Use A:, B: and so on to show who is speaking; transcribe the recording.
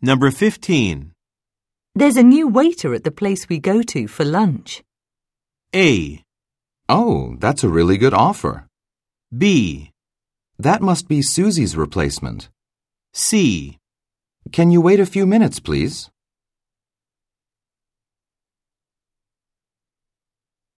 A: Number 15.
B: There's a new waiter at the place we go to for lunch.
A: A.
C: Oh, that's a really good offer.
A: B.
C: That must be Susie's replacement.
A: C.
C: Can you wait a few minutes, please?